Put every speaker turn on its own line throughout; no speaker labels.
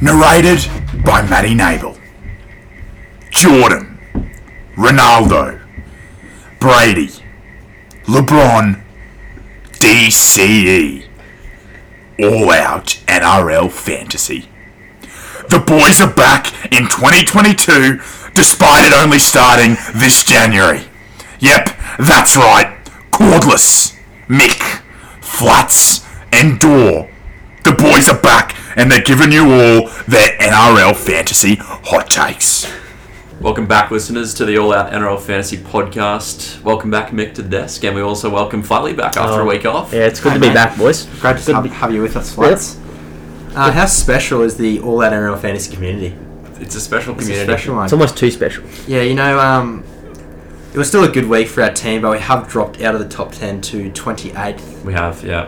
Narrated by Matty Nable. Jordan. Ronaldo. Brady. LeBron. DCE. All out NRL fantasy. The boys are back in 2022 despite it only starting this January. Yep, that's right. Cordless, Mick, Flats, and Door. The boys are back and they're giving you all their NRL fantasy hot takes.
Welcome back, listeners, to the All Out NRL Fantasy Podcast. Welcome back, Mick, to the desk, and we also welcome Flyley back after a
Oh,
week off.
Yeah, it's good
Hi,
to be
mate.
back, boys.
Great to
Good
have,
to be-
have you with us, Flats. Uh, how special is the All Out NRL fantasy community?
It's a special
It's a
community.
special one.
It's almost too special.
Yeah, you know, um, it was still a good week for our team, but we have dropped out of the top 10 to 28th.
We have, yeah.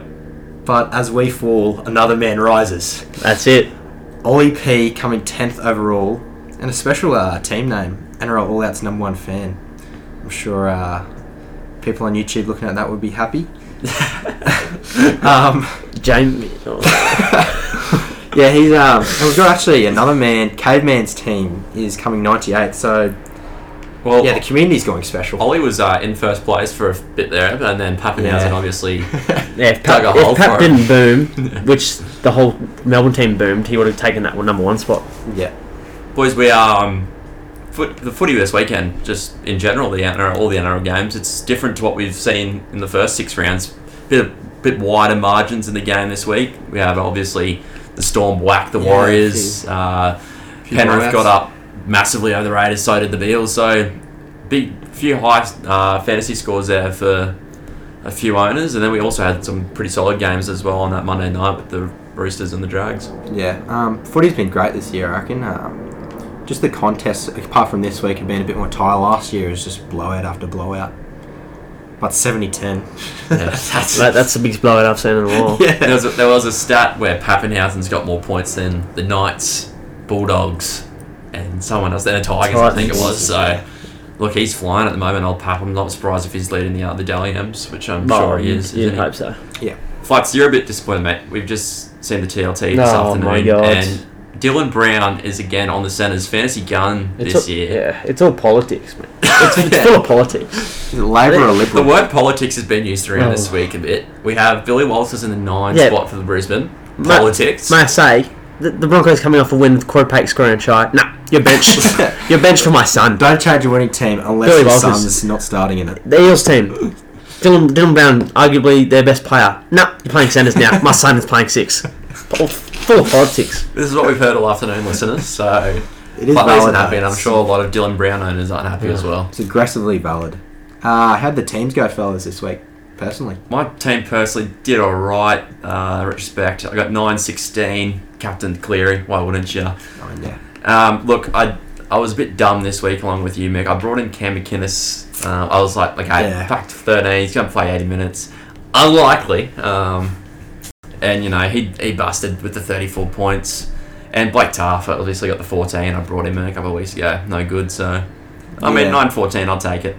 But as we fall, another man rises.
That's it.
Ollie P coming 10th overall, and a special uh, team name, NRL All Out's number one fan. I'm sure uh, people on YouTube looking at that would be happy. um,
Jamie.
yeah, he's. Um, and we've got actually another man, Caveman's team is coming 98th, so
Well,
yeah, the community's going special.
Ollie was uh, in first place for a bit there, and then Pappenhausen
Yeah.
obviously
Yeah, if
Dug
Pat,
a hole
if Pat
for him.
didn't boom, which the whole Melbourne team boomed, he would have taken that number one spot.
yeah.
Boys, we are um, foot, the footy this weekend. Just in general, the NRL, all the NRL games. It's different to what we've seen in the first six rounds. Bit of, bit wider margins in the game this week. We have obviously the Storm whack the
Yeah,
Warriors. Uh,
Few
Penrith
blowouts.
got up massively over the Raiders. So did the Beals. So big few high uh, fantasy scores there for a few owners, and then we also had some pretty solid games as well on that Monday night with the Roosters and the Drags.
Yeah, um, footy's been great this year, I reckon. Um, just the contests, apart from this week, have been a bit more tired. Last year it was just blowout after blowout. But 70 10.
that's-
That, that's the biggest blowout I've seen in a while.
There was, a, there was a stat where Pappenhausen's got more points than the Knights, Bulldogs, and someone else. Then the Tigers, I think it was. So, look, he's flying at the moment, old Pap. I'm not surprised if he's leading the other Dally M's, which I'm
But
sure he is.
You'd
isn't he?
hope so.
yeah.
Flats, you're a bit disappointed, mate. We've just seen the TLT this
Oh,
afternoon.
my God.
And Dylan Brown is again on the centres. Fantasy gun
It's
this
all,
year.
Yeah, it's all politics, man. It's, it's full of politics.
Is it Labour or
The
Liberal?
word politics has been used around this
Oh.
week a bit. We have Billy Walters in the nine
Yeah.
spot for the Brisbane.
Ma-
Politics.
May I say, the, the Broncos coming off a win with Quarterpack scoring a try. Nah, you're benched. you're benched for my son.
Don't change your winning team unless
Billy
your
Walters.
son's not starting in it.
The Eels team. Dylan, Dylan Brown, arguably their best player. Nah, you're playing centres now. My son is playing six. Full full of politics.
This is what we've heard all afternoon, listeners. So,
It is
Butley's
valid.
unhappy,
though.
and I'm
It's-
sure a lot of Dylan Brown owners aren't happy as well.
It's aggressively valid. Uh, how'd the teams go, fellas, this week, personally?
My team personally did all right. Uh, in retrospect, I got nine sixteen. Captain Cleary, why wouldn't you?
Oh, yeah.
Um, look, I I was a bit dumb this week along with you, Mick. I brought in Cam McInnes. Uh, I was like, okay,
Yeah.
back to 13. He's going to play 80 minutes. Unlikely. Um, and, you know, he, he busted with the 34 points. And Blake Tarfer obviously got the 14. I brought him in a couple of weeks ago. No good, so... I mean,
Yeah.
9-14, I'll take it.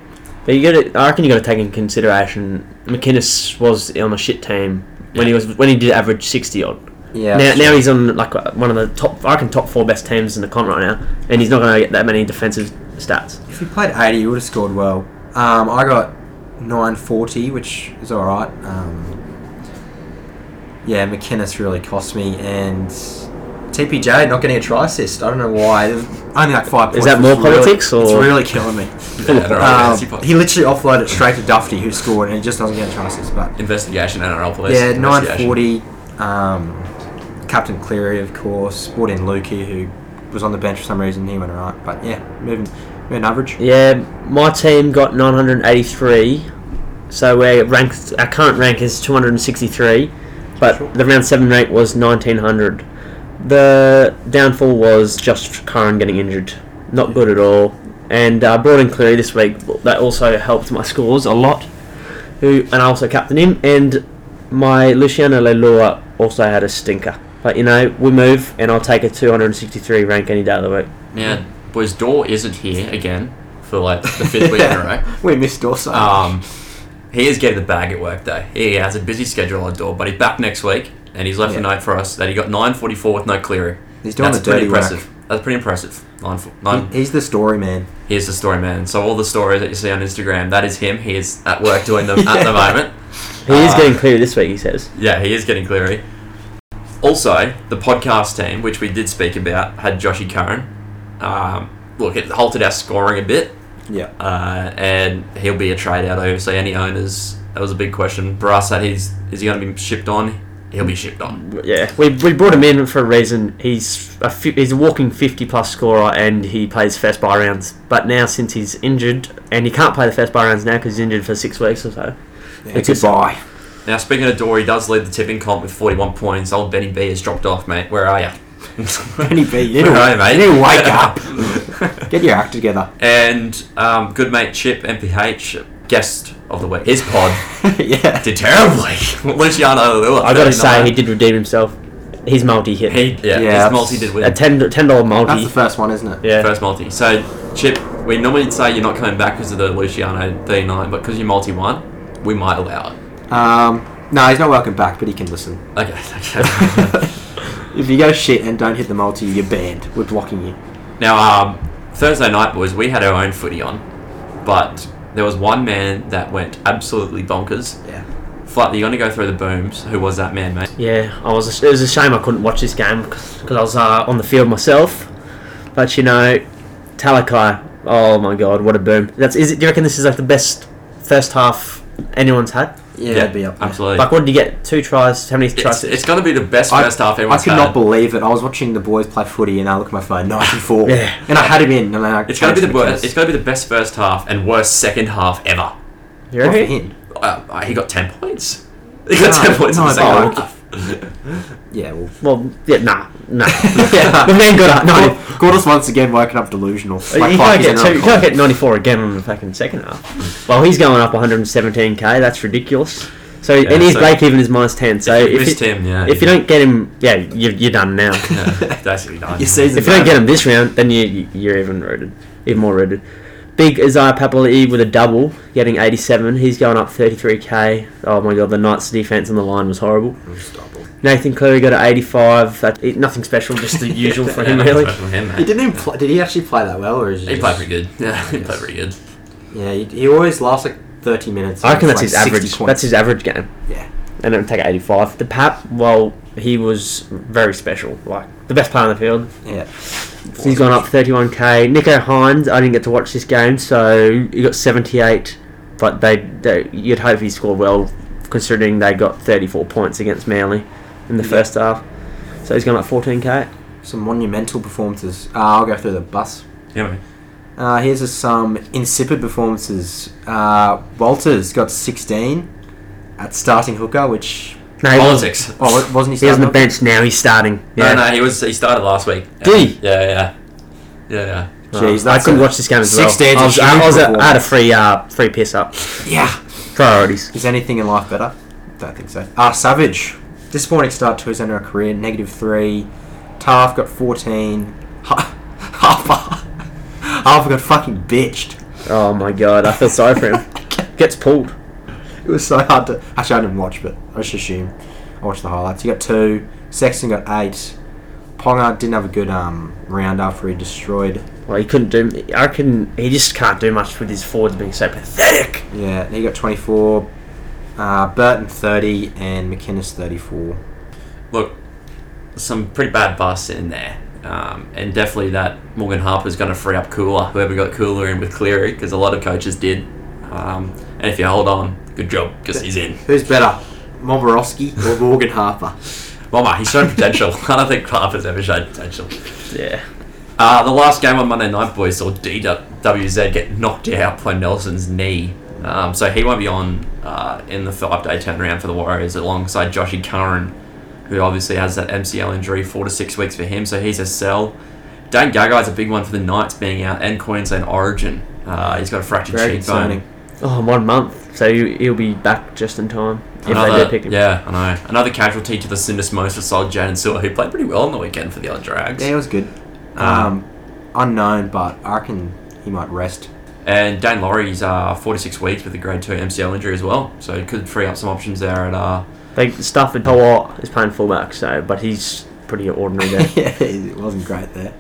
But you got to, I reckon you got to take in consideration. McInnes was on a shit team when he
Yeah.
was when he did average sixty odd.
Yeah.
now, now he's on like one of the top, I reckon top four best teams in the con right now, and he's not going to get that many defensive stats.
If you played 80, you would have scored well. Um, I got 940, which is alright. Um, yeah, McInnes really cost me, and TPJ not getting a try assist. I don't know why. It was Only like five
Is
points.
that more
It's really-
politics, or-
It's really killing me.
Yeah, they're all
Um,
fantasy points.
he literally offloaded it straight to Duffy, who scored, and he just doesn't get a try assist. But
investigation, NRL police.
yeah,
investigation.
940. Um, Captain Cleary, of course. Brought in Lukey, who was on the bench for some reason. He went alright. But yeah, moving, moving average.
Yeah, my team got nine hundred eighty three, so we're ranked. Our current rank is two hundred sixty three, but
Sure.
the round seven rank was nineteen hundred. The downfall was just Curran getting injured. Not good at all. And uh, brought in Cleary this week. That also helped my scores a lot. Who and I also captained him. And my Luciano Lelua also had a stinker. But you know, we move, and I'll take a 263 rank any day of the week.
Now, boys, Door isn't here again for, like, the fifth week in a row.
We missed also.
Um, he is getting the bag at work though. He has a busy schedule on door, but he's back next week, and he's left
Yeah.
a note for us that he got 9:44 with no clearing.
He's doing
That's
the dirty
pretty
work.
impressive. That's pretty impressive. Nine, fo- nine,
He- He's the story man.
here's the story, man. So all the stories that you see on Instagram, that is him. He is at work doing them at the
Yeah.
moment.
He is
Uh,
getting clear this week, he says.
Yeah, he is getting cleary. Also, the podcast team, which we did speak about, had Joshy Curran. Um, look, it halted our scoring a bit,
Yeah.
uh, and he'll be a trade out. Obviously, any owners that was a big question for us. That he's is he going to be shipped on? He'll be shipped on.
Yeah, we, we brought him in for a reason. He's a fi- he's a walking fifty plus scorer, and he plays first by rounds. But now since he's injured, and he can't play the first by rounds now because he's injured for six weeks or so.
yeah
It's just-
goodbye.
Now, speaking of Dory, does lead the tipping comp with 41 points. Old Benny B has dropped off, mate. Where are you?
Benny B, you need,
Where
to,
are you, mate?
you need to wake up. Get your act together.
and um, good mate Chip MPH, guest of the week. His pod
yeah.
did terribly. Luciano Lua.
I gotta say, he did redeem himself. He's multi hit.
He, yeah,
Yeah,
his multi did win.
a ten dollar
That's
multi.
the first one, isn't it?
yeah,
First multi. So, Chip, we normally say you're not coming back because of the Luciano 39, but because you multi won, we might allow it.
Um, no, he's not welcome back, but he can listen.
Okay, okay.
If you go shit and don't hit the multi, you're banned. We're blocking you.
Now, um, Thursday night, boys, we had our own footy on, but there was one man that went absolutely bonkers.
Yeah.
Flightly, you're going to go through the booms. Who was that man, mate?
yeah. I was. It was a shame I couldn't watch this game because I was uh, on the field myself. But you know, Talakai. Oh my god, what a boom! That's. Is it? Do you reckon this is like the best first half anyone's had?
Yeah, it'd be up. there.
absolutely.
Like, what did you get? Two tries? How many
it's,
tries?
it's going to be the best
I-
first half
I
anyone's
could
had.
not believe it. I was watching the boys play footy, and I look at my phone, 94.
Yeah.
And I had him in. And I
it's going to be the worst. It's going to be the best first half and worst second half ever.
you
Off
reckon?
him.
Uh, he got ten points. He got
No,
ten points in
no,
the second
but-
half.
Yeah, well.
Well, yeah, nah, nah.
Yeah.
The man got up.
No,
No,
Gordon's once again woken up delusional.
you can't get two, you
can
can't get 94 again on the fucking second
Mm.
half. Well, he's going up 117k. That's ridiculous. So and his
so-
break even is minus 10. So
If you
if
missed
you,
him, yeah.
if you don't get him, yeah, you, you're done now. if
yeah, basically done.
Your season's
you don't get him this round, then you- you you're even rooted, even more rooted. Big Isaiah Papali'i with a double, getting 87. He's going up 33k. Oh my god, the Knights' defense on the line was horrible. Nathan Cleary got an 85. That, it- nothing special, just the usual for him,
Yeah,
really.
that's right for him, mate.
He didn't. Even play, did he actually play that well, or is
He
just-
played pretty good. Yeah, he played pretty good.
Yeah, he, he always lasts like thirty minutes.
I reckon
and
that's his
it's like 60
average.
points.
That's his average game,
Yeah.
and it'll take 85. The Pap, well, he was very special. Like the best player on the field.
Yeah.
He's gone up 31k. Nico Hines, I didn't get to watch this game, so he got 78. But they, they you'd hope he scored well, considering they got 34 points against Manly in the first half. So he's gone up 14k.
Some monumental performances. Uh, I'll go through the bus.
Yeah, mate.
Uh, here's just some insipid performances. Uh, Walters got sixteen at starting hooker, which
No, he wasn't.
Politics.
oh, wa- wasn't
He
he?
was on
Starting
the bench now. He's starting. Yeah.
No, no, he was. He started last week. Yeah.
Did he?
Yeah, yeah, yeah, yeah.
Jeez,
I
Oh, that's
couldn't
a-
watch this game as well.
16 's
I
a
was, I,
huge
was at, I had a
performance.
free, uh, free piss up.
Yeah.
Priorities.
Is anything in life better? Don't think so. Ah, Savage. Disappointing start to his end of our career. Negative three. Tarf got 14. Ha- Harper. Harper got fucking bitched.
Oh my god, I feel sorry for him. Gets pulled.
It was so hard to. Actually, I didn't watch, but I just assume. I watched the highlights. He got two. Sexton got eight. Ponga didn't have a good um, round after he destroyed.
Well, he couldn't do. I reckon he just can't do much with his forwards being so pathetic.
Yeah, he got 24. Uh, Burton 30 and McInnes 34.
Look, some pretty bad busts in there, um, and definitely that Morgan Harper's going to free up Cooler, whoever got Cooler in with Cleary, because a lot of coaches did. Um, and if you hold on, good job, because he's in.
Who's better, Momorowski or Morgan Harper?
Mama, he's shown potential. I don't think Harper's ever shown potential.
Yeah.
Uh, the last game on Monday night, boys, saw DWZ get knocked out by Nelson's knee. Um, so he won't be on uh, in the five day turnaround for the Warriors alongside Joshy Curran, who obviously has that MCL injury, four to six weeks for him. So he's a sell. Dan Gagai's a big one for the Knights being out and Queensland Origin. Uh, he's got a fractured
Very
cheekbone.
concerning.
Oh, one month. So he- he'll be back just in time if they do
Another,
pick him.
yeah, I know. Another casualty to the Syndesmosis side, Jaden Silva, who played pretty well on the weekend for the other Drags.
Yeah, it was good. Um, unknown, but I reckon he might rest.
And Dan Laurie's uh, 46 weeks with a grade 2 MCL injury as well, so it could free up some options there. At, uh,
They Stafford Toa is playing fullback, so but he's pretty ordinary there.
yeah, it wasn't great there.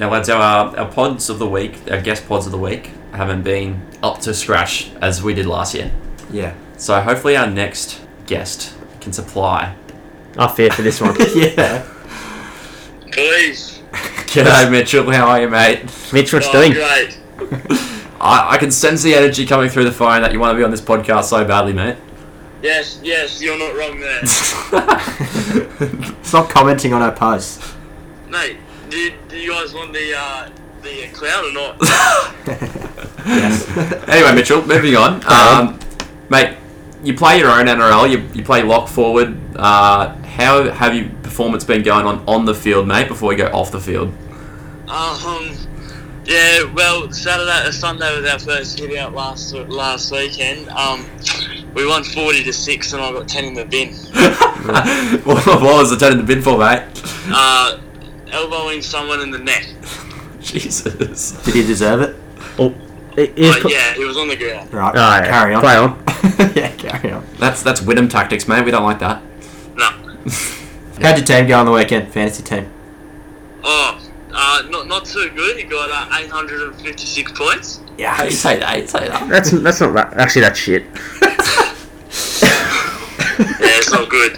Now, lads, our, our pods of the week, our guest pods of the week, haven't been up to scratch as we did last year.
Yeah.
So hopefully our next guest can supply.
I fear for this one.
yeah.
Please.
G'day, Mitchell. How are you, mate?
Mitch, what you
Oh,
doing?
great.
I, I can sense the energy coming through the phone that you want to be on this podcast so badly, mate.
Yes, yes, you're not wrong there.
Stop commenting on our posts.
Mate, do you, do you guys want the uh, the clown or not?
Yes.
anyway, Mitchell, moving on. Um, mate, you play your own NRL. You, you play lock forward. Uh, how have your performance been going on on the field, mate? Before we go off the field.
um, yeah, well, Saturday or Sunday was our first hit out last last weekend. Um, we won 40 to 6 and I got 10 in the bin.
what what was the ten in the bin for, mate?
Uh, elbowing someone in the neck.
Jesus.
Did he deserve it?
Oh, it- it's
But
pro-
yeah, he was on the ground.
Right.
Alright,
carry on.
Play on.
yeah, carry on.
That's that's Wyndham tactics, mate. We don't like that.
No.
How'd your team go on the weekend? Fantasy team.
Oh, uh, not, not too good. He got uh, 856 points.
How you say that? You say that.
That's that's not that. Actually, that's shit.
Yeah, it's not good.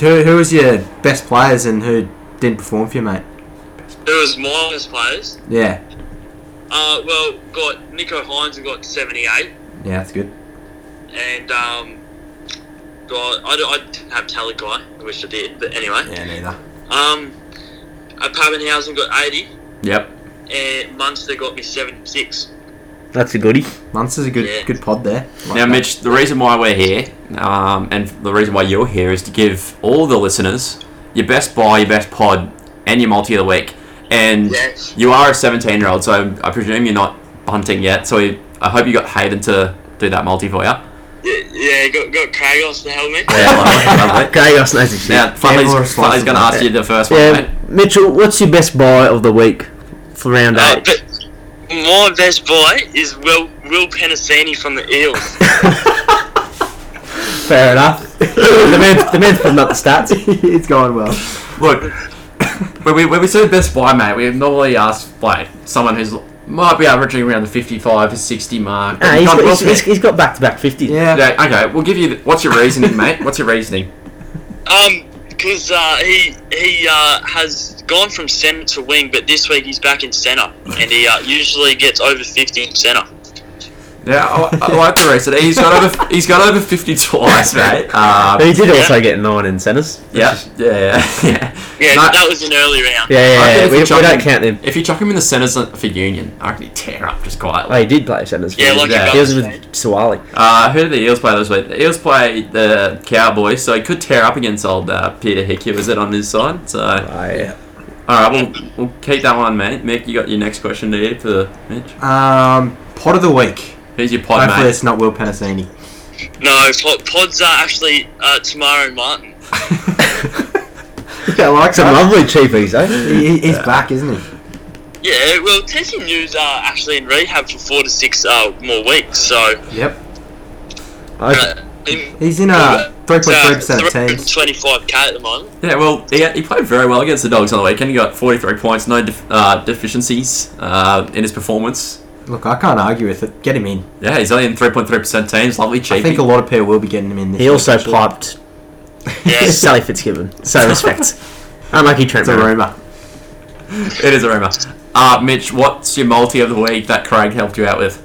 Who, who was your best players and who didn't perform for you, mate?
It was minus players.
Yeah.
Uh, well, got Nico Hines and got 78,
Yeah, that's good.
and um, got I, don't- I didn't have Talakai, I wish I did, but anyway.
Yeah, neither.
Um, uh, Pappenhausen got 80,
Yep.
and Munster got me 76.
That's a goodie.
Munster's a good
Yeah.
good pod there. Like
Now,
that.
Mitch, the reason why we're here, um, and the reason why you're here, is to give all the listeners your best buy, your best pod, and your multi of the week. And
Yes.
you are a 17 year old, so I presume you're not bunting yet. So I hope you got Hayden to do that multi for you. Yeah,
Yeah, yeah, got got Kragos to help me.
lovely, lovely.
Chaos knows his shit.
Now,
more
Flatley's
responses
going to
like
ask you the first one, mate.
yeah, Um, Mitchell, what's your best buy of the week for round
Uh,
eight?
but my best boy is Will Will Penasini from the Eels.
Fair enough. the man's the man's putting up the stats.
it's going well.
Look, when we, when we say best buy, mate, we normally ask like someone who's might be averaging around the 55 to 60 mark.
Ah, he's
John
got- he's-
Wilson.
he's- he's got back to back fifties.
Yeah.
Yeah, okay, we'll give you. The, what's your reasoning, mate? What's your reasoning?
Um, because uh, he he uh, has gone from centre to wing, but this week he's back in centre, and he uh, usually gets over fifty in centre.
Yeah, I, I like the reasoning. He's got over. He's got over fifty twice, mate.
But
Um,
he did also get nine in centres.
yeah, yeah, yeah.
Yeah,
No,
that was an early round.
Yeah,
I
yeah,
reckon
yeah.
if
We,
you
we
chuck
don't
him-
count him.
If you chuck him in the centres for Union, I reckon he'd tear up just
Oh,
quietly.
he did play centres. for
Yeah,
him.
like
Yeah.
you
he was
guys
with
said.
Sawali.
Uh, who did the Eels play this week? The Eels play the Cowboys, so he could tear up against old uh, Peter Hickey. Was it on his side? So, all
I,
Yeah.
right, we'll, we'll keep that one, mate. Mick, you got your next question to you for Mitch.
Um, pod of the week.
Who's your pod,
Hopefully,
mate?
it's not Will Penasini.
No, pod, pods are actually uh, Tamara and Martin.
yeah, I like
Some
that.
lovely cheapies, eh?
He, he's back, isn't he?
Yeah, well, Tessie News are actually in rehab for four to six uh, more weeks, so.
Yep.
I,
Uh, in,
He's uh, in a
Uh,
3.3% of teams.
25k at the moment.
Yeah, well, he, he played very well against the Dogs on the weekend. He got 43 points, no def- uh, deficiencies uh, in his performance.
Look, I can't argue with it. Get him in.
Yeah, he's only in 3.3% teams. Lovely cheap.
I think a lot of people will be getting him in this
he
week,
also
actually.
piped
Yeah.
Sally Fitzgibbon. So respect. Unlucky Trent.
It's a
Barrett.
rumour.
It is a rumour. Uh, Mitch, what's your multi of the week that Craig helped you out with?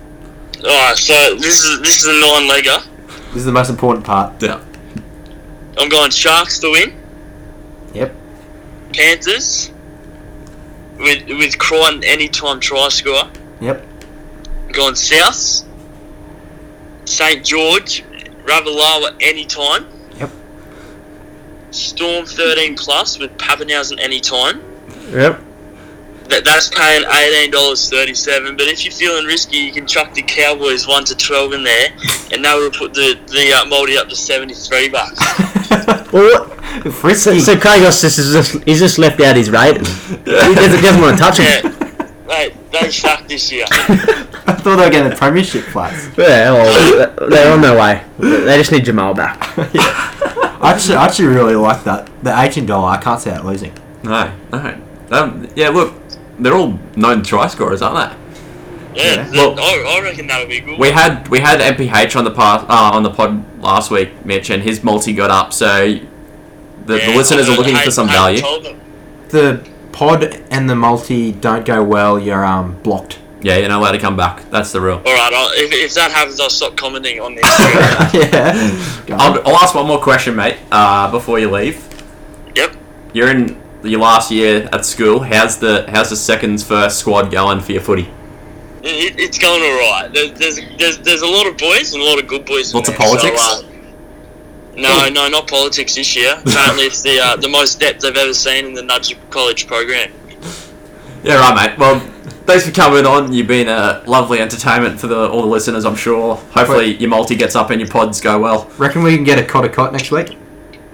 All right, so this is this is a nine-legger.
This is the most important part.
Yeah.
I'm going Sharks to win.
Yep.
Panthers with with Crichton anytime try scorer.
Yep.
Gone south. St George, Ravalawa anytime.
Yep.
Storm 13 plus with Pappenhausen anytime.
Yep.
That, that's paying $18.37. But if you're feeling risky, you can chuck the Cowboys 1 to 12 in there, and that will put the, the uh, Moldy up to 73 bucks.
Well, what? So,
Frisky.
so Kyrgios just is just he's just left out his rating. He doesn't, doesn't want to touch
Yeah.
him.
Mate, they suck this year.
I thought they were getting the premiership place.
Yeah, well, they're on their way. They just need Jamal back.
I actually, I actually really like that. The agent dollar, I can't see that losing.
No, no. Um, yeah, look, they're all known try scorers, aren't they?
Yeah,
Yeah.
that-
Well-
I, I reckon that'll be a good.
We
one.
had we had MPH on the path, uh, on the pod last week, Mitch, and his multi got up. So the,
Yeah,
the listeners
I-
are looking
I-
for some
I
value.
told them.
The pod and the multi don't go well. You're um blocked.
Yeah, you're not allowed to come back. That's the rule.
All right, I'll, if, if that happens, I'll stop commenting on this.
yeah. Go on.
I'll, I'll ask one more question, mate, uh, before you leave.
yep.
You're in your last year at school. How's the how's the seconds first squad going for your footy?
It, it's going all right. There's, there's there's there's a lot of boys and a lot of good boys. in
Lots of
there,
politics?
So, uh, no, no, not politics this year. Apparently, it's the uh, the most depth I've ever seen in the Nudge College program.
Yeah, right, mate. Well, thanks for coming on. You've been a lovely entertainment for the, all the listeners, I'm sure. Hopefully, your multi gets up and your pods go well.
Reckon we can get a cot a cot next week.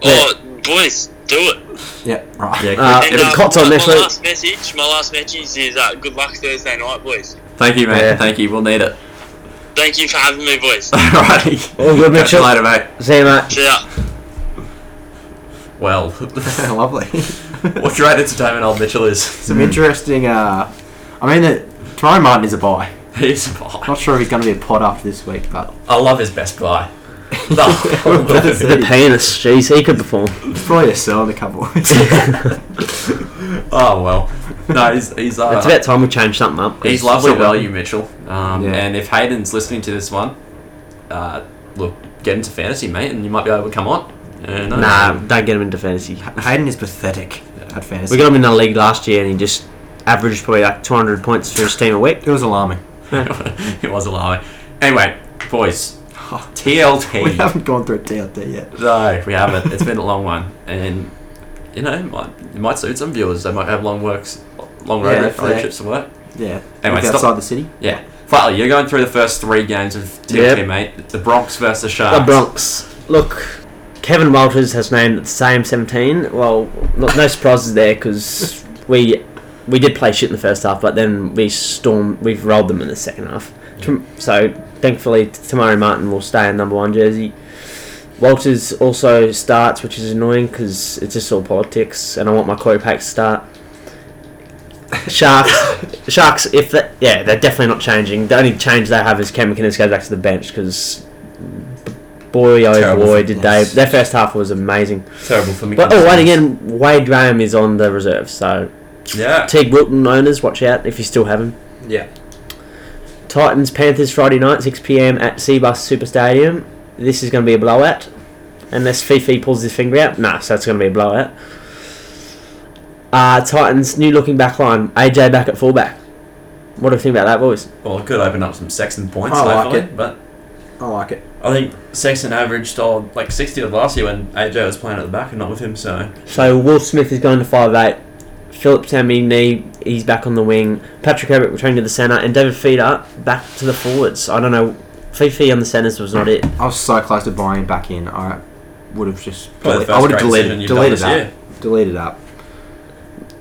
Oh, boys, do it!
Yeah. Right.
Yeah.
Uh,
if
the
it's-
cot's on
my,
next
my
week.
last message, my last message is uh, good luck Thursday night, boys.
thank you, mate.
Yeah.
Thank you. We'll need it.
Thank you for having me, boys.
Alrighty.
All good,
Catch you
Mitchell.
later, mate.
See you, mate.
See ya.
Well,
Lovely.
what great entertainment old Mitchell is.
Some interesting. Uh, I mean, it, Tomorrow Martin is a buy.
He's a buy.
Not sure if he's going to be a pod after this week, but
I love his best buy.
That's
The
it.
penis, jeez, he could perform.
it's probably a sell in a couple of weeks.
Oh, well. No, he's, he's, uh,
It's about time we change something up. 'cause
he's lovely
it's not
value, Mitchell. Um,
Yeah.
And if Hayden's listening to this one, uh, look, get into fantasy, mate, and you might be able to come on. Uh, no.
Nah, don't get him into fantasy.
Hayden is pathetic at fantasy.
We got him in the league last year, and he just averaged probably like 200 points for his team a week.
it was alarming.
it was a lie. Anyway, boys, TLT.
Oh. We haven't gone through a TLT yet.
No, we haven't. It's been a long one, and you know, it might, it might suit some viewers. They might have long works, long road
Yeah,
road
if they-
relationships to work.
Yeah.
Anyway,
It's
stop.
outside the city.
Yeah, Flatley, you're going through the first three games of TLT,
Yep.
mate. The Bronx versus the Sharks.
The Bronx. Look, Kevin Walters has named the same 17. Well, look, no surprises there because we we did play shit in the first half, but then we storm we've rolled them in the second half. Tom- So thankfully, Tamari Martin will stay in number one jersey. Walters also starts, which is annoying because it's just all politics, and I want my Corey Pack to start. Sharks, Sharks. If that, yeah, they're definitely not changing. The only change they have is Cam McInnes goes back to the bench because, boy oh
Terrible.
boy, did
Yes.
they. Their first half was amazing.
Terrible for me.
But oh, and again, Wade Graham is on the reserve, so
Yeah.
Teague Wilton owners, watch out if you still have him.
Yeah.
Titans Panthers Friday night, 6 p.m. at Seabus Super Stadium. This is going to be a blowout, unless Fifi pulls his finger out. Nah, so it's going to be a blowout. Uh, Titans new looking back line, AJ back at fullback. What do you think about that, boys?
Well, it could open up some Sexton points.
I like
hopefully,
it.
but
I like it.
I think Sexton averaged oh, like 60 of last year when AJ was playing at the back and not with him. So
So Will Smith is going to five eight. Philip Tamini, he's back on the wing. Patrick Abbott returning to the centre, and David Feeder back to the forwards. I don't know. Fifi on the centres was not it.
I was so close to buying back in. I would have just.
Probably the
I
first
would have
great decision
deleted,
you've done
deleted
this
up.
year.
Deleted up.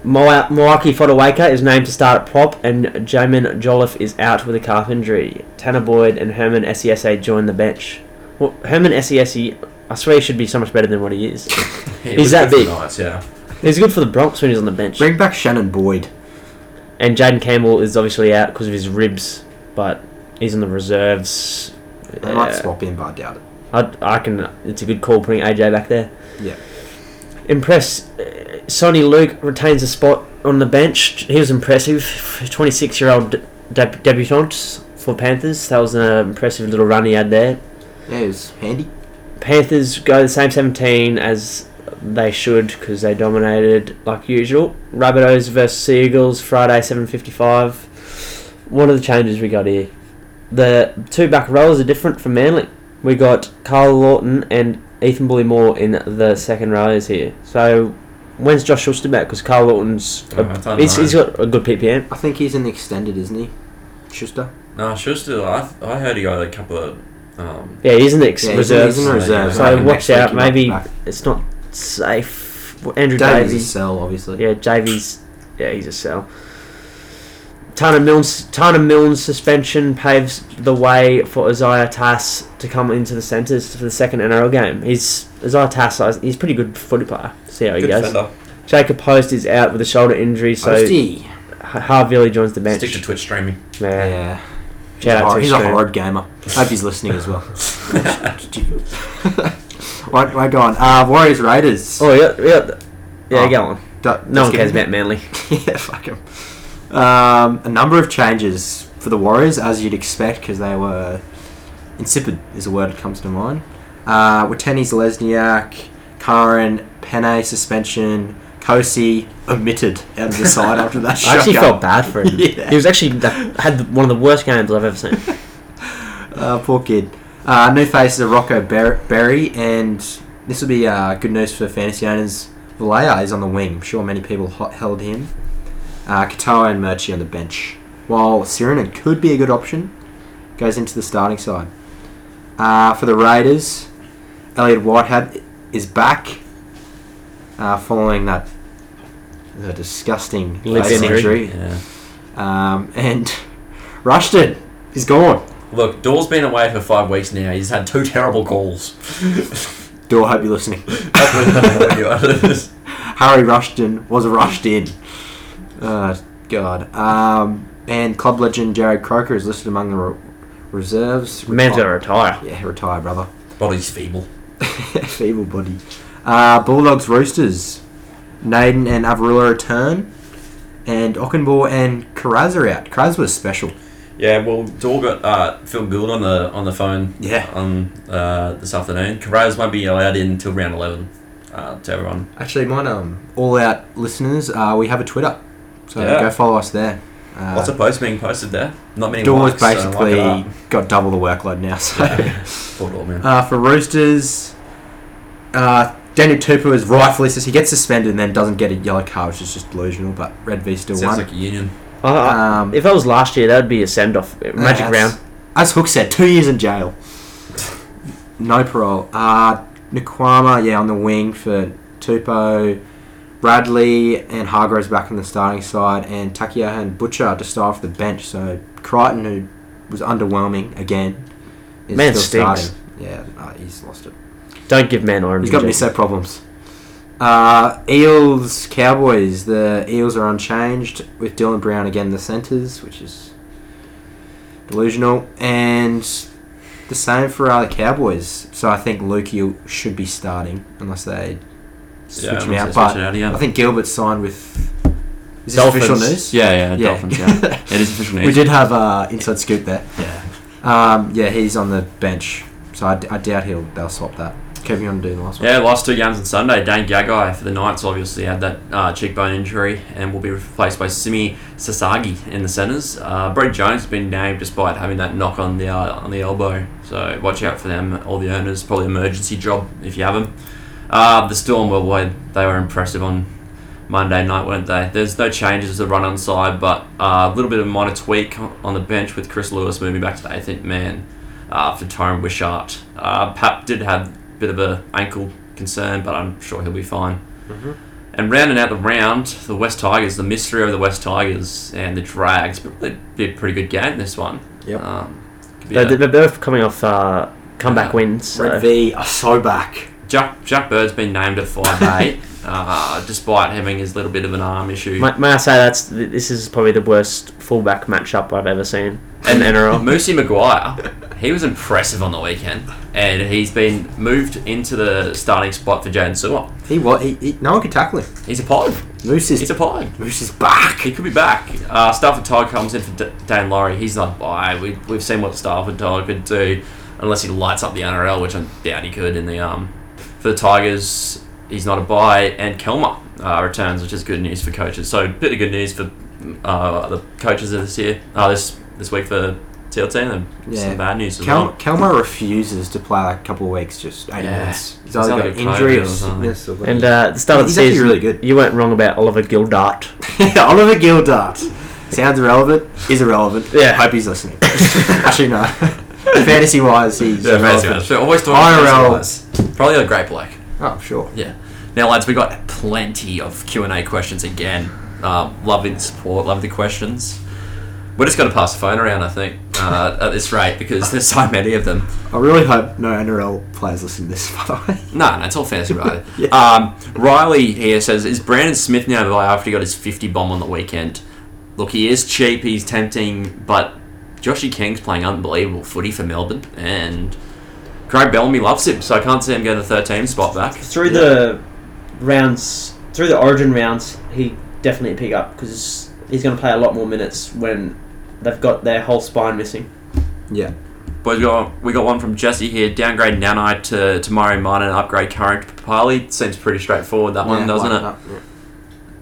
Moa- Moaki Fodawaker is named to start at prop, and Jamin Jolliffe is out with a calf injury. Tanner Boyd and Herman Sesa join the bench. Well, Herman Sesa, I swear he should be so much better than what he is.
he
He's
was
that
good for
big.
the Knights, yeah.
he's good for the Bronx when he's on the bench.
Bring back Shannon Boyd.
And Jaden Campbell is obviously out because of his ribs, but he's in the reserves.
I might
Yeah.
swap in, but I doubt it.
I, I can. It's a good call putting AJ back there.
Yeah.
Impress. Uh, Sonny Luke retains a spot on the bench. He was impressive. 26 year old deb- debutant for Panthers. That was an impressive little run he had there.
Yeah, it was handy.
Panthers go the same 17 as they should because they dominated like usual. Rabbitohs versus Seagulls Friday 7:55. One of the changes we got here. The two back rows are different from Manly. We got Carl Lawton and Ethan Bully Moore in the second rows here. So when's Josh Schuster back? Because Carl Lawton's
Oh, I don't
he's,
know.
he's got a good PPM.
I think he's in the extended, isn't he? Schuster.
No, Schuster, I, I heard he got a couple of. Um,
Yeah, he's in the ex-
Yeah, he's in-
reserves.
He's in the reserves.
so
I reckon
watch
next week
out.
he might be
Maybe
back.
it's not safe. Andrew
Davies is a
Davies.
sell, obviously.
Yeah, JV's. Yeah, he's a sell. Tana Milne's, Tana Milne's suspension paves the way for Isaiah Tass to come into the centres for the second NRL game. He's Isaiah Tass. He's a pretty good footy player. See how he
good
goes.
defender.
Jacob Post is out with a shoulder injury, so
Posty.
Ha- Harvilli joins the bench.
Stick to Twitch streaming.
yeah.
Yeah.
Shout out to
he's
his
a
crew.
horrid gamer. I hope he's listening as well. right, right, go on. Uh, Warriors Raiders.
Oh, yeah, yeah. Yeah,
Oh.
go on.
Du-
No
let's
one
get
cares
in.
about Manly.
yeah, fuck him. Um, a number of changes for the Warriors, as you'd expect, because they were insipid, is a word that comes to mind. Uh, Watenis Lesniak, Karen, Penne suspension, Kosi omitted out of the side after that
I actually
shotgun.
felt bad for him.
Yeah.
He was actually the, had the, one of the worst games I've ever seen.
Uh, poor kid. Uh, new faces are Rocco Ber- Berry, and this will be uh, good news for fantasy owners. Valea is on the wing. I'm sure many people hot held him. Uh, Katoa and Murchie on the bench. While Sirinen could be a good option, goes into the starting side. Uh, for the Raiders, Elliot Whitehead is back uh, following that, that disgusting
Lip
face
injury.
Yeah.
Um, and Rushton is gone.
Look, Daw's been away for five weeks now. He's had two terrible calls.
Do I hope you're listening?
That's
Harry Rushton was rushed in. Uh, God. Um, and club legend Jared Croker is listed among the re- reserves.
Man's got to
Reti-
retire.
Yeah, retire, brother.
Body's feeble.
Feeble body. Uh, Bulldogs Roosters. Naden and Avarilla return. And Ockenbaugh and Karaz are out. Karaz was special.
Yeah, well, Daw got uh, Phil Gould on the on the phone.
Yeah.
On uh, this afternoon, Carreras won't be allowed in till round eleven. Uh, to everyone.
Actually, mine um, all out listeners, uh, we have a Twitter. So
Yeah.
go follow us there. Uh,
Lots of posts being posted there. Not many.
Dawes
likes, so like
basically
it up.
got double the workload now. So.
Poor Daw, man.
Uh, for Roosters, uh, Daniel Tupu is rightfully sus- he gets suspended and then doesn't get a yellow card, which is just delusional. But Red V still
Sounds
won.
like a union.
I- I-
Um,
if that was last year, that would be a send off. Magic
Uh,
round.
As Hook said, two years in jail, no parole. Uh, Nkwama, yeah, on the wing for Tupo. Bradley and Hargroves back in the starting side, and Takia and Butcher to start off the bench. So Crichton, who was underwhelming again, is
Man
still
stinks.
starting. Yeah, uh, he's lost it.
Don't give Man orange.
He's got
injection.
miso problems. Uh, Eels, Cowboys. The Eels are unchanged with Dylan Brown again in the centres, which is delusional. And the same for uh, the Cowboys. So I think Lukey should be starting unless they switch
Yeah,
him
unless they
out.
switch
But
it out, yeah.
I think Gilbert signed with. Is this
Dolphins.
official news?
Yeah, yeah, Dolphins. Yeah, it is official news.
we did have uh, inside scoop there.
Yeah.
Um, yeah, he's on the bench, so I, d- I doubt he'll they'll swap that. Kevin, you want to do the last one?
Yeah, lost two games on Sunday. Dane Gagai for the Knights obviously had that uh, cheekbone injury and will be replaced by Simi Sasagi in the centres. Uh, Brett Jones has been named despite having that knock on the uh, on the elbow, so watch out for them. All the owners probably emergency job if you have them. Uh, the Storm were well, they were impressive on Monday night, weren't they? There's no changes to the run on side, but uh, a little bit of minor tweak on the bench with Chris Lewis moving back to the 18th man uh, for Tyrone Wishart. Uh, Pap did have a bit of a ankle concern, but I'm sure he'll be fine. And rounding out the round, the West Tigers, the mystery of the West Tigers and the Drags, but it'd be a pretty good game this one.
Yep.
Um, could be
They're,
a-
they're both coming off uh, comeback
Yeah.
wins. So.
Red V are so back.
Jack, Jack Bird's been named at five eight, uh, despite having his little bit of an arm issue.
May, may I say that's th- this is probably the worst fullback matchup I've ever seen in
And
the NRL.
Moosey Maguire, he was impressive on the weekend, and he's been moved into the starting spot for Jaden Sewer.
He was. He, he, no one could tackle him.
He's a pod.
Moose
He's
is.
a pod.
Moose is back.
He could be back. Uh, Stafford Todd comes in for D- Dan Laurie. He's not by. We, we've seen what Stafford Todd could do, unless he lights up the NRL, which I doubt he could. In the um, for the Tigers, he's not a buy. And Kelmer uh, returns, which is good news for coaches. So bit of good news for uh, the coaches of this year. Uh, this this week for TLT, and then
Yeah.
some bad news. as
Kel-
well.
Kelmo refuses to play like a couple of weeks, just eighty
Yeah.
minutes. He's
He's
either
either
got
got
injury
COVID
or
or something.
sickness or
And uh, at the start of the
He's
season,
actually really good.
you weren't wrong about Oliver Gildart.
Oliver Gildart sounds irrelevant. Is irrelevant.
Yeah.
Hope he's listening. Actually, no. fantasy wise, he's
Yeah, fancy
irrelevant.
ones. They're always talking
IRL.
fancy ones. Probably a great bloke.
Oh, sure.
Yeah. Now, lads, we got plenty of Q and A questions again. Um, loving the support, loving the questions. We're just going to pass the phone around, I think, uh, at this rate because there's so many of them.
I really hope no NRL players listen to this, by the way.
No, no, it's all fantasy related.
Yeah.
um, Riley here says, "Is Brandon Smith now the guy after he got his fifty bomb on the weekend? Look, he is cheap. He's tempting, but Joshy King's playing unbelievable footy for Melbourne, and Craig Bellamy loves him, so I can't see him going to thirteen spot back.
through the rounds, through the Origin rounds, he definitely pick up because he's going to play a lot more minutes when they've got their whole spine missing.
Yeah.
But we got we got one from Jesse here. Downgrade Nanai to to Mario Minor and upgrade current to Papali. Seems pretty straightforward that one, doesn't it?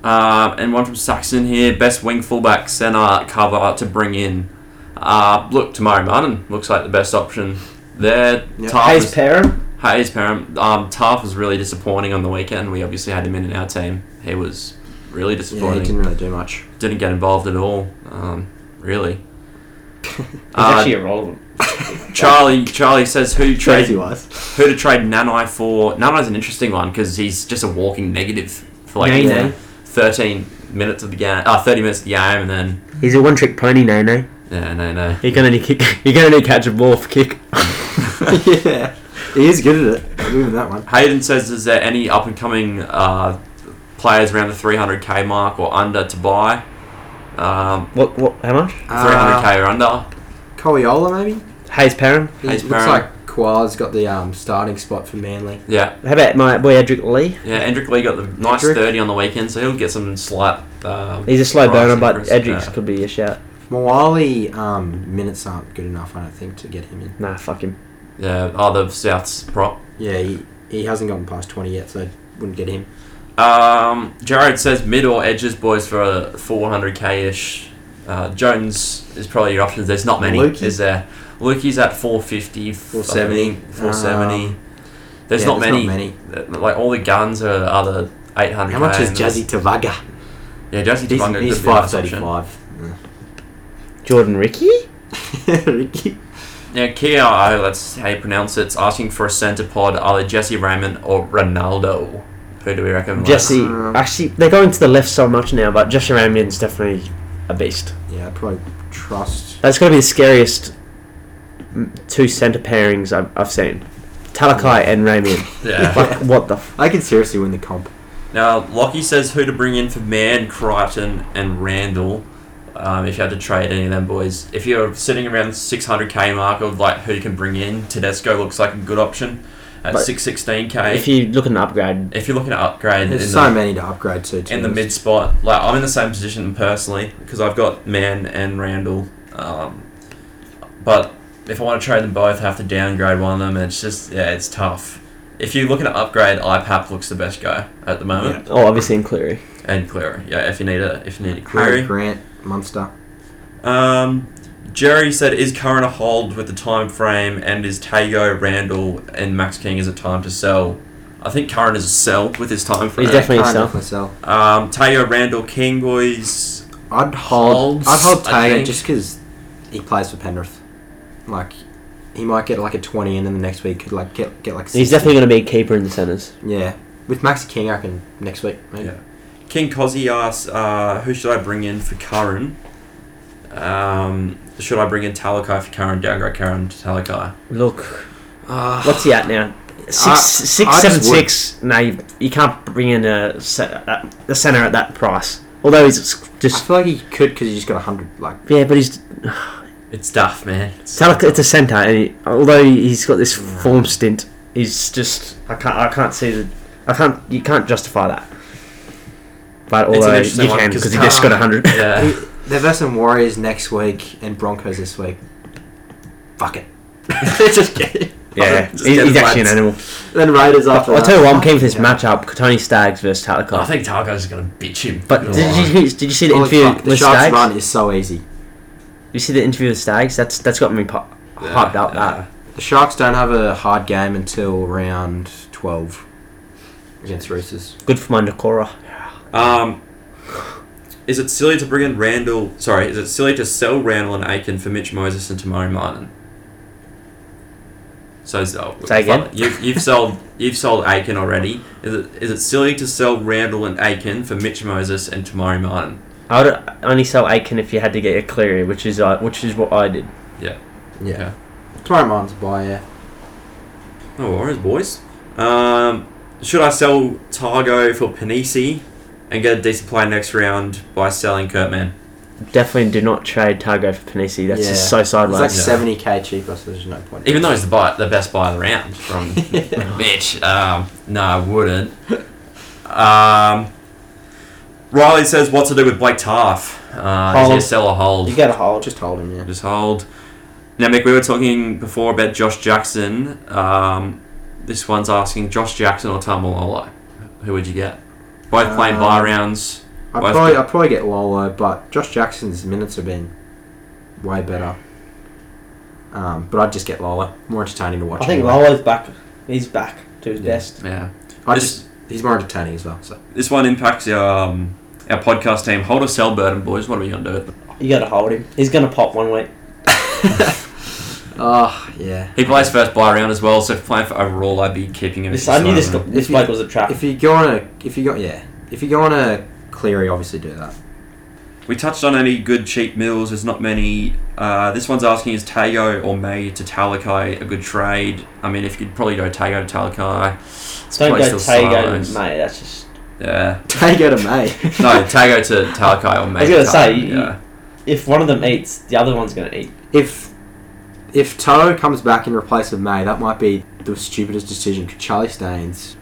Um, and one from Saxon here. Best wing fullback centre cover to bring in. Uh, look, Tamari Martin looks like the best option there.
Yeah.
Tarf
Hayes
was-
Perham,
Hayes Perham. Um, Tarf was really disappointing on the weekend. We obviously had him in in our team. He was really
Yeah, he
disappointing.
didn't
didn't,
really do much.
get involved at all, um, really.
he's
Uh,
actually irrelevant.
Charlie Charlie says who trade
Crazy wise.
who to trade Nanai for. Nanai's an interesting one because he's just a walking negative for like
Nene.
13 minutes of the game, uh, 30 minutes of the game, and then
He's a one-trick pony, no, no.
yeah, no, no.
You're gonna need kick. You're gonna need catch a ball for kick.
yeah. He is good at it. I'll give him that one.
Hayden says, is there any up and coming uh, players around the 300k mark or under to buy? Um,
What? What? How much?
300k or under.
Coiola, Uh, maybe?
Hayes Perham.
He
Hayes
looks
Perham.
like Koala's got the um, starting spot for Manly.
Yeah,
How about my boy Edric Lee?
yeah. Endrick Lee got the nice
Endrick?
30 on the weekend, so he'll get some slight. Um,
He's a slow
price
burner, but
increase.
Edric's
Yeah.
could be a shout.
Mawali um, minutes aren't good enough, I don't think, to get him in.
Nah, fuck him.
Yeah, oh, the South's prop.
Yeah, he, he hasn't gotten past 20 yet, so wouldn't get him.
Um, Jared says mid or edges, boys, for a 400k ish. Uh, Jones is probably your options. There's not many,
Lukey.
is there? Lukey's at 450,
470.
470.
Um,
there's
yeah,
not,
there's
many.
not many.
Uh, Like all the guns are, are the 800.
How much is Jazzy Tavaga?
Yeah, Jazzy
He's,
Tavanga
he's
could be a nice
535.
Jordan Ricky.
Ricky.
option. Yeah, Kia, that's how you pronounce it. It's asking for a centre pod, either Jesse Raymond or Ronaldo. Who do we reckon? wins?
Jesse.
Um,
Actually, they're going to the left so much now, but Jesse Ramian's definitely a beast.
Yeah, I'd probably trust.
That's going to be the scariest mm, two centre pairings I've, I've seen. Talakai and Ramian.
Yeah.
Like, what the? F-
I could seriously win the comp.
Now, Lockie says who to bring in for Man, Crichton, and Randall. Um, if you had to trade any of them boys, if you're sitting around the 600k mark of like who you can bring in, Tedesco looks like a good option at
But
616k.
if you look at an upgrade,
if you're looking to upgrade in,
There's so
the,
many to upgrade to. to
in the
be
mid spot, like I'm in the same position personally because I've got Man and Randall. Um, but if I want to trade them both, I have to downgrade one of them, and it's just yeah, it's tough. If you're looking to upgrade, IPAP looks the best guy at the moment.
Yeah.
oh, obviously in Cleary.
And Cleary, yeah. If you need a if you need a
honest. Harry
query,
Grant, Munster.
um, Jerry said, "Is current a hold with the time frame, and is Tago, Randall, and Max King is a time to sell?" I think current is a sell with his time frame.
He's definitely
Can't
sell.
definitely sell.
Um, Tago, Randall, King boys.
I'd hold.
Holds,
I'd hold
I
Taylor
think.
just because he plays for Penrith. Like, he might get like a twenty, and then the next week could like get get like. 60.
He's definitely going to be a keeper in the centres.
Yeah, with Maxi King, I can next week. Maybe.
Yeah. King Cozzy asks, uh, "Who should I bring in for current? Um, should I bring in Talakai for current? Downgrade current to Talakai.
Look,
Ah.
Uh,
what's he at now? Six,
Uh,
I-
six,
I
seven,
just would.
six. No, you, you can't bring in a, se- a, a centre at that price. Although he's
I
just
feel like he could because he just got hundred. Like,
yeah, but he's
It's tough, man. It's
Talak, it's a centre, and he, although he's got this form stint, he's just I can't I can't see the I can't you can't justify that. But
an
although
interesting
you
one
can
'cause
because he just got
Tala-
hundred.
yeah.
they're versing Warriors next week and Broncos this week. Fuck it.
just kidding.
yeah,
Just
he's,
get
he's
the
actually an
lads.
animal.
Then Raiders after.
I'll
that.
tell you what, I'm keen for this
Yeah.
matchup: Tony Staggs versus
I
Talakai.
think Targo's gonna bitch him.
But did you, did you see the
Oh. Holy
interview
fuck, the
with
Sharks
Stags?
run is so easy.
You see the interview with Stags? That's that's got me pu- hyped up. That
The Sharks don't have a hard game until round 12 against Roosters.
good for my Nakora.
Um, is it silly to bring in Randall? Sorry, is it silly to sell Randall and Aiken for Mitch Moses and Tamari Martin? So so-
Say again?
You've, you've sold you've sold Aiken already. Is it is it silly to sell Randall and Aiken for Mitch Moses and Tamari Martin?
I would only sell Aiken if you had to get a Cleary, which is uh, which is what I did.
Yeah.
Yeah. Tomorrow mine's a buy, yeah.
No worries, boys. Um, should I sell Targo for Panisi and get a decent play next round by selling Kurtman?
Definitely do not trade Targo for Panisi. That's just
Yeah.
so
It's like
sideways.
Yeah.
seventy k cheaper, so there's no point.
Even though he's the buy, the best buy of the round from Mitch. Um, no, I wouldn't. Um, Riley says what to do with Blake Taff. Uh, is he a
Hold.
sell or hold?
you get a hold, just hold him. Yeah.
Just hold. Now, Mick, we were talking before about Josh Jackson. Um, this one's asking Josh Jackson or Tamalolo. Who would you get? Both playing
Um,
buy rounds.
I
Well,
probably I
that's-
probably get Lolo, but Josh Jackson's minutes have been way better. Um, but I'd just get Lolo. More entertaining to watch.
I think
anyway.
Lolo's back. He's back to his best.
Yeah.
I
This-
just he's more entertaining as well. So
This one impacts our um, our podcast team. Hold or sell Burden, boys. What are we going to do?
You got to hold him. He's going to pop one week.
Oh yeah.
He plays first buy round as well, so if playing for overall, I'd be keeping him.
This, I knew this,
Simon.
this
If you-
bloke was a trap.
If you go on a if you go yeah. If you go on a Cleary obviously do that.
We touched on any good cheap mills. There's not many. Uh, this one's asking is Tago or May to Talakai a good trade? I mean, if you could probably go Tago to Talakai. It's
Don't
probably
go
still
Tago,
silos.
mate. That's just.
Yeah.
Take go to May.
No, Tago to Talakai or May.
was gonna
to
say,
Talakai,
you-
yeah.
If one of them eats, the other one's going to eat.
if if Toto comes back in replace of May, that might be the stupidest decision. Charlie Staines,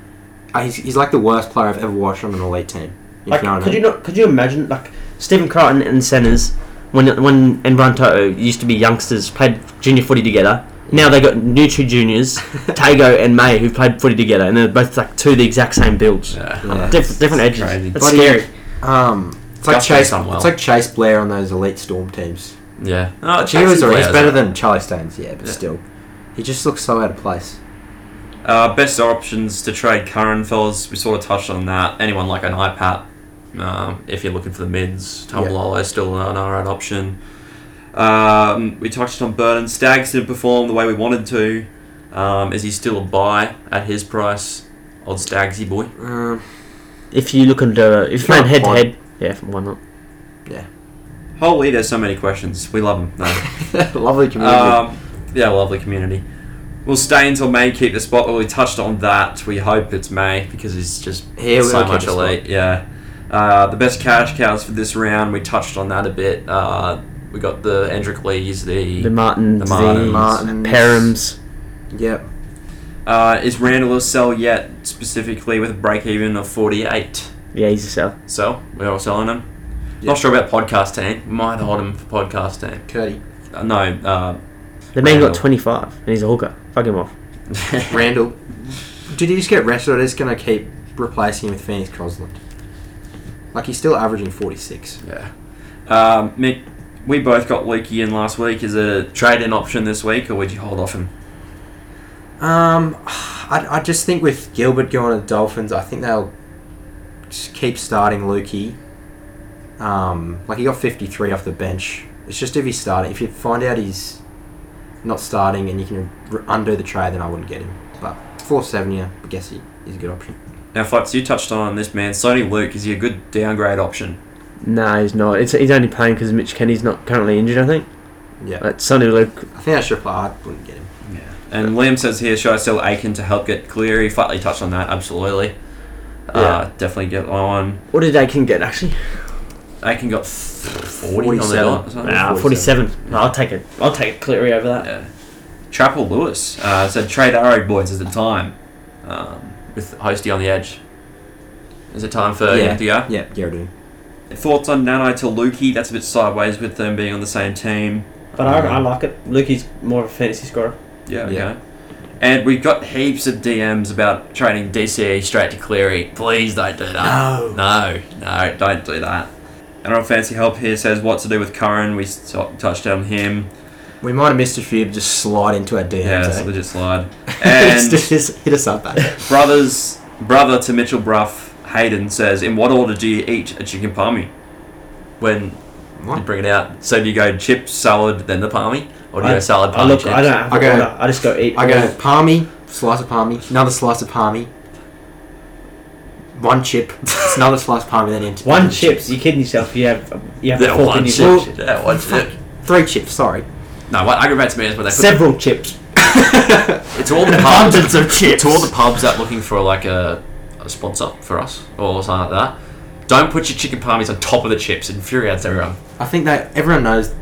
uh, he's, he's like the worst player I've ever watched on an elite team. if
Like,
you know what I
could
mean.
you not? Could you imagine like Stephen Crichton and Senna's when when and Ryan Toto used to be youngsters played junior footy together. Now they got new two juniors, Tago and May, who played footy together, and they're both like two of the exact same builds,
Yeah.
Yeah.
Diff- different edges.
Crazy.
That's
Bloody-
scary.
Um, it's like
Gus
Chase.
plays unwell.
It's like Chase Blair on those elite Storm teams.
Yeah. Oh,
He was alright, he's
players.
better than Charlie Staines, yeah, but
Yeah.
still, he just looks so out of place.
Uh, best options to trade current fellas. We sort of touched on that. Anyone like an iPad, um, if you're looking for the mids, Tumblolo is still an alright option. Um, we touched on Burton. Stags didn't perform the way we wanted to. Um, is he still a buy at his price? Old Stagsy boy.
Um,
If you look into if you're
Sure,
playing head to
why-
head, yeah, why not?
Holy, there's so many questions. We love him. No.
lovely community.
um, yeah, lovely community. Will Staines or May keep the spot? Well, we touched on that. We hope it's May because he's just
Here we
so
are,
much
keep the
elite. Yeah. Uh, the best cash cows for this round. We touched on that a bit. Uh, we got the Endrick Lees. The,
The Martins, the,
Martins.
Martins.
Perhams.
yep.
uh, is Randall a sell yet? Specifically with a break even of forty eight.
Yeah, he's a sell.
So we're all selling him. Not sure about podcast team. We might hold him for podcast team.
Cody.
Uh, no. Uh,
The man
Randall.
got twenty five, and he's a hooker. Fuck him off.
Randall. Did he just get rested or are they just going to keep replacing him with Phoenix Crosland? Like, he's still averaging 46.
yeah. Um, Mick, we both got Leaky in last week. Is a trade in option this week, or would you hold off him?
Um, I, I just think with Gilbert going to the Dolphins, I think they'll just keep starting Lukey. Um, like he got fifty three off the bench. It's just if he's starting. If you find out he's not starting and you can r- undo the trade, then I wouldn't get him. But four seventy, I guess he is a good option.
Now, Flex, you touched on this man, Sony Luke. Is he a good downgrade option?
No, he's not. It's, he's only playing because Mitch Kenny's not currently injured. I think.
Yeah,
But Sonny Luke,
I think I should apply. I wouldn't get him.
Yeah. And Liam says here, should I sell Aiken to help get Cleary? Flatly touched on that, absolutely. Uh, definitely get on.
what did Aiken get actually?
Aiken got th- 40 on the
47.
dot. or something.
Ah, 47. I'll take it. I'll take it clearly over that.
Yeah. Chapel Lewis uh, said, trade arrow boys is the time um, with Hosty on the edge. Is it time for him to go?
yeah, Gerardoon.
Thoughts on Nanai to Lukey? That's a bit sideways with them being on the same team.
But I, I like it. Lukey's more of a fantasy scorer.
Yeah, okay.
Yeah.
And we've got heaps of DMs about trading DCE E straight to Cleary. Please don't do that.
No.
No, no, don't do that. And our fancy help here says what to do with Curran. We s- touched on him.
We might have missed a few. but Just slide into our DMs.
Yeah, it's a
eh?
legit slide. And
just, just hit us up. eh?
brothers, brother to Mitchell Bruff, Hayden says, in what order do you eat a chicken palmy? When you
What?
bring it out, so do you go chips, salad, then the palmy, or do you
I-
go salad,
I
palmy,
look.
chips?
I don't have
Okay.
okay. order. I just go eat.
I go palmy, slice of palmy, another slice of palmy, one chip, it's another slice of parmesan, and then
One chips. You're kidding yourself. You have you have a
That
fork in
one
your
chip.
mouth.
That one chip.
Three chips, sorry.
No, what aggravates me is when they put
Several chips.
It's all the pubs.
Abundance of chips.
To all the pubs that looking for like a, a sponsor for us or something like that, don't put your chicken parmies on top of the chips. It infuriates everyone.
I think that everyone knows.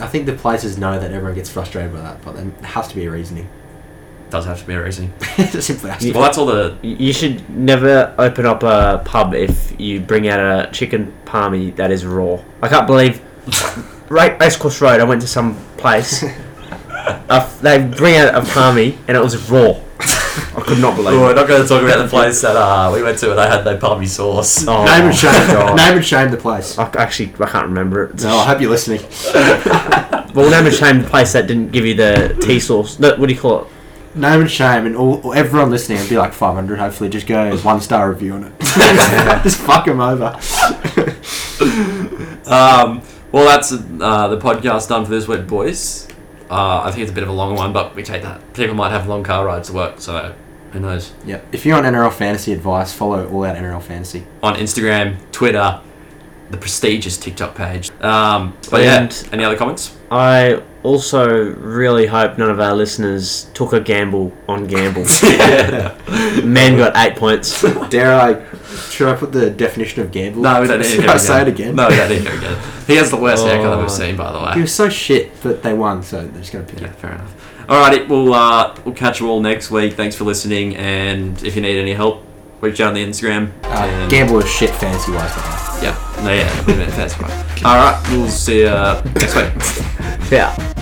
I think the places know that everyone gets frustrated by that, but there has to be a reasoning.
Does have to be a reason.
it simply has to.
Well, that's all the
You should never open up a pub if you bring out a chicken palmy that is raw. I can't believe. right, Racecourse Road, I went to some place. a f- they bring out a palmy and it was raw. I could not believe
we're
it.
not going to talk about the place that uh, we went to and they had no palmy sauce.
Oh,
Name and shame.
God. Oh,
Name and shame the place.
I c- actually, I can't remember it.
No, I hope you're listening.
well, name and shame the place that didn't give you the tea sauce. No, what do you call it?
Name and shame, and all all- everyone listening would be like 500. Hopefully, just go one star review on it. just fuck them over.
Um, well, that's uh, the podcast done for this week, boys. Uh, I think it's a bit of a long one, but we take that. People might have long car rides to work, so who knows?
Yep. If you want NRL fantasy advice, follow all out NRL fantasy.
On Instagram, Twitter, the prestigious TikTok page. Um, but yeah,
And-
any other comments?
I also really hope none of our listeners took a gamble on gamble. Man got eight points.
Dare I? Should I put the definition of gamble?
No, we don't need to
Should
hear
I say it again?
No, we don't need to hear it again. He has the worst haircut I've
Oh.
ever seen, by the
He
way.
was so shit, but they won, so they're just gonna pick it.
Yeah, fair enough. Alrighty, we'll, uh, we'll catch you all next week. Thanks for listening, and if you need any help, reach out on the Instagram.
Uh,
and-
gamble is shit fantasy wise.
Yeah, no, yeah, that's right. Alright, we'll see you uh, next week.
Yeah.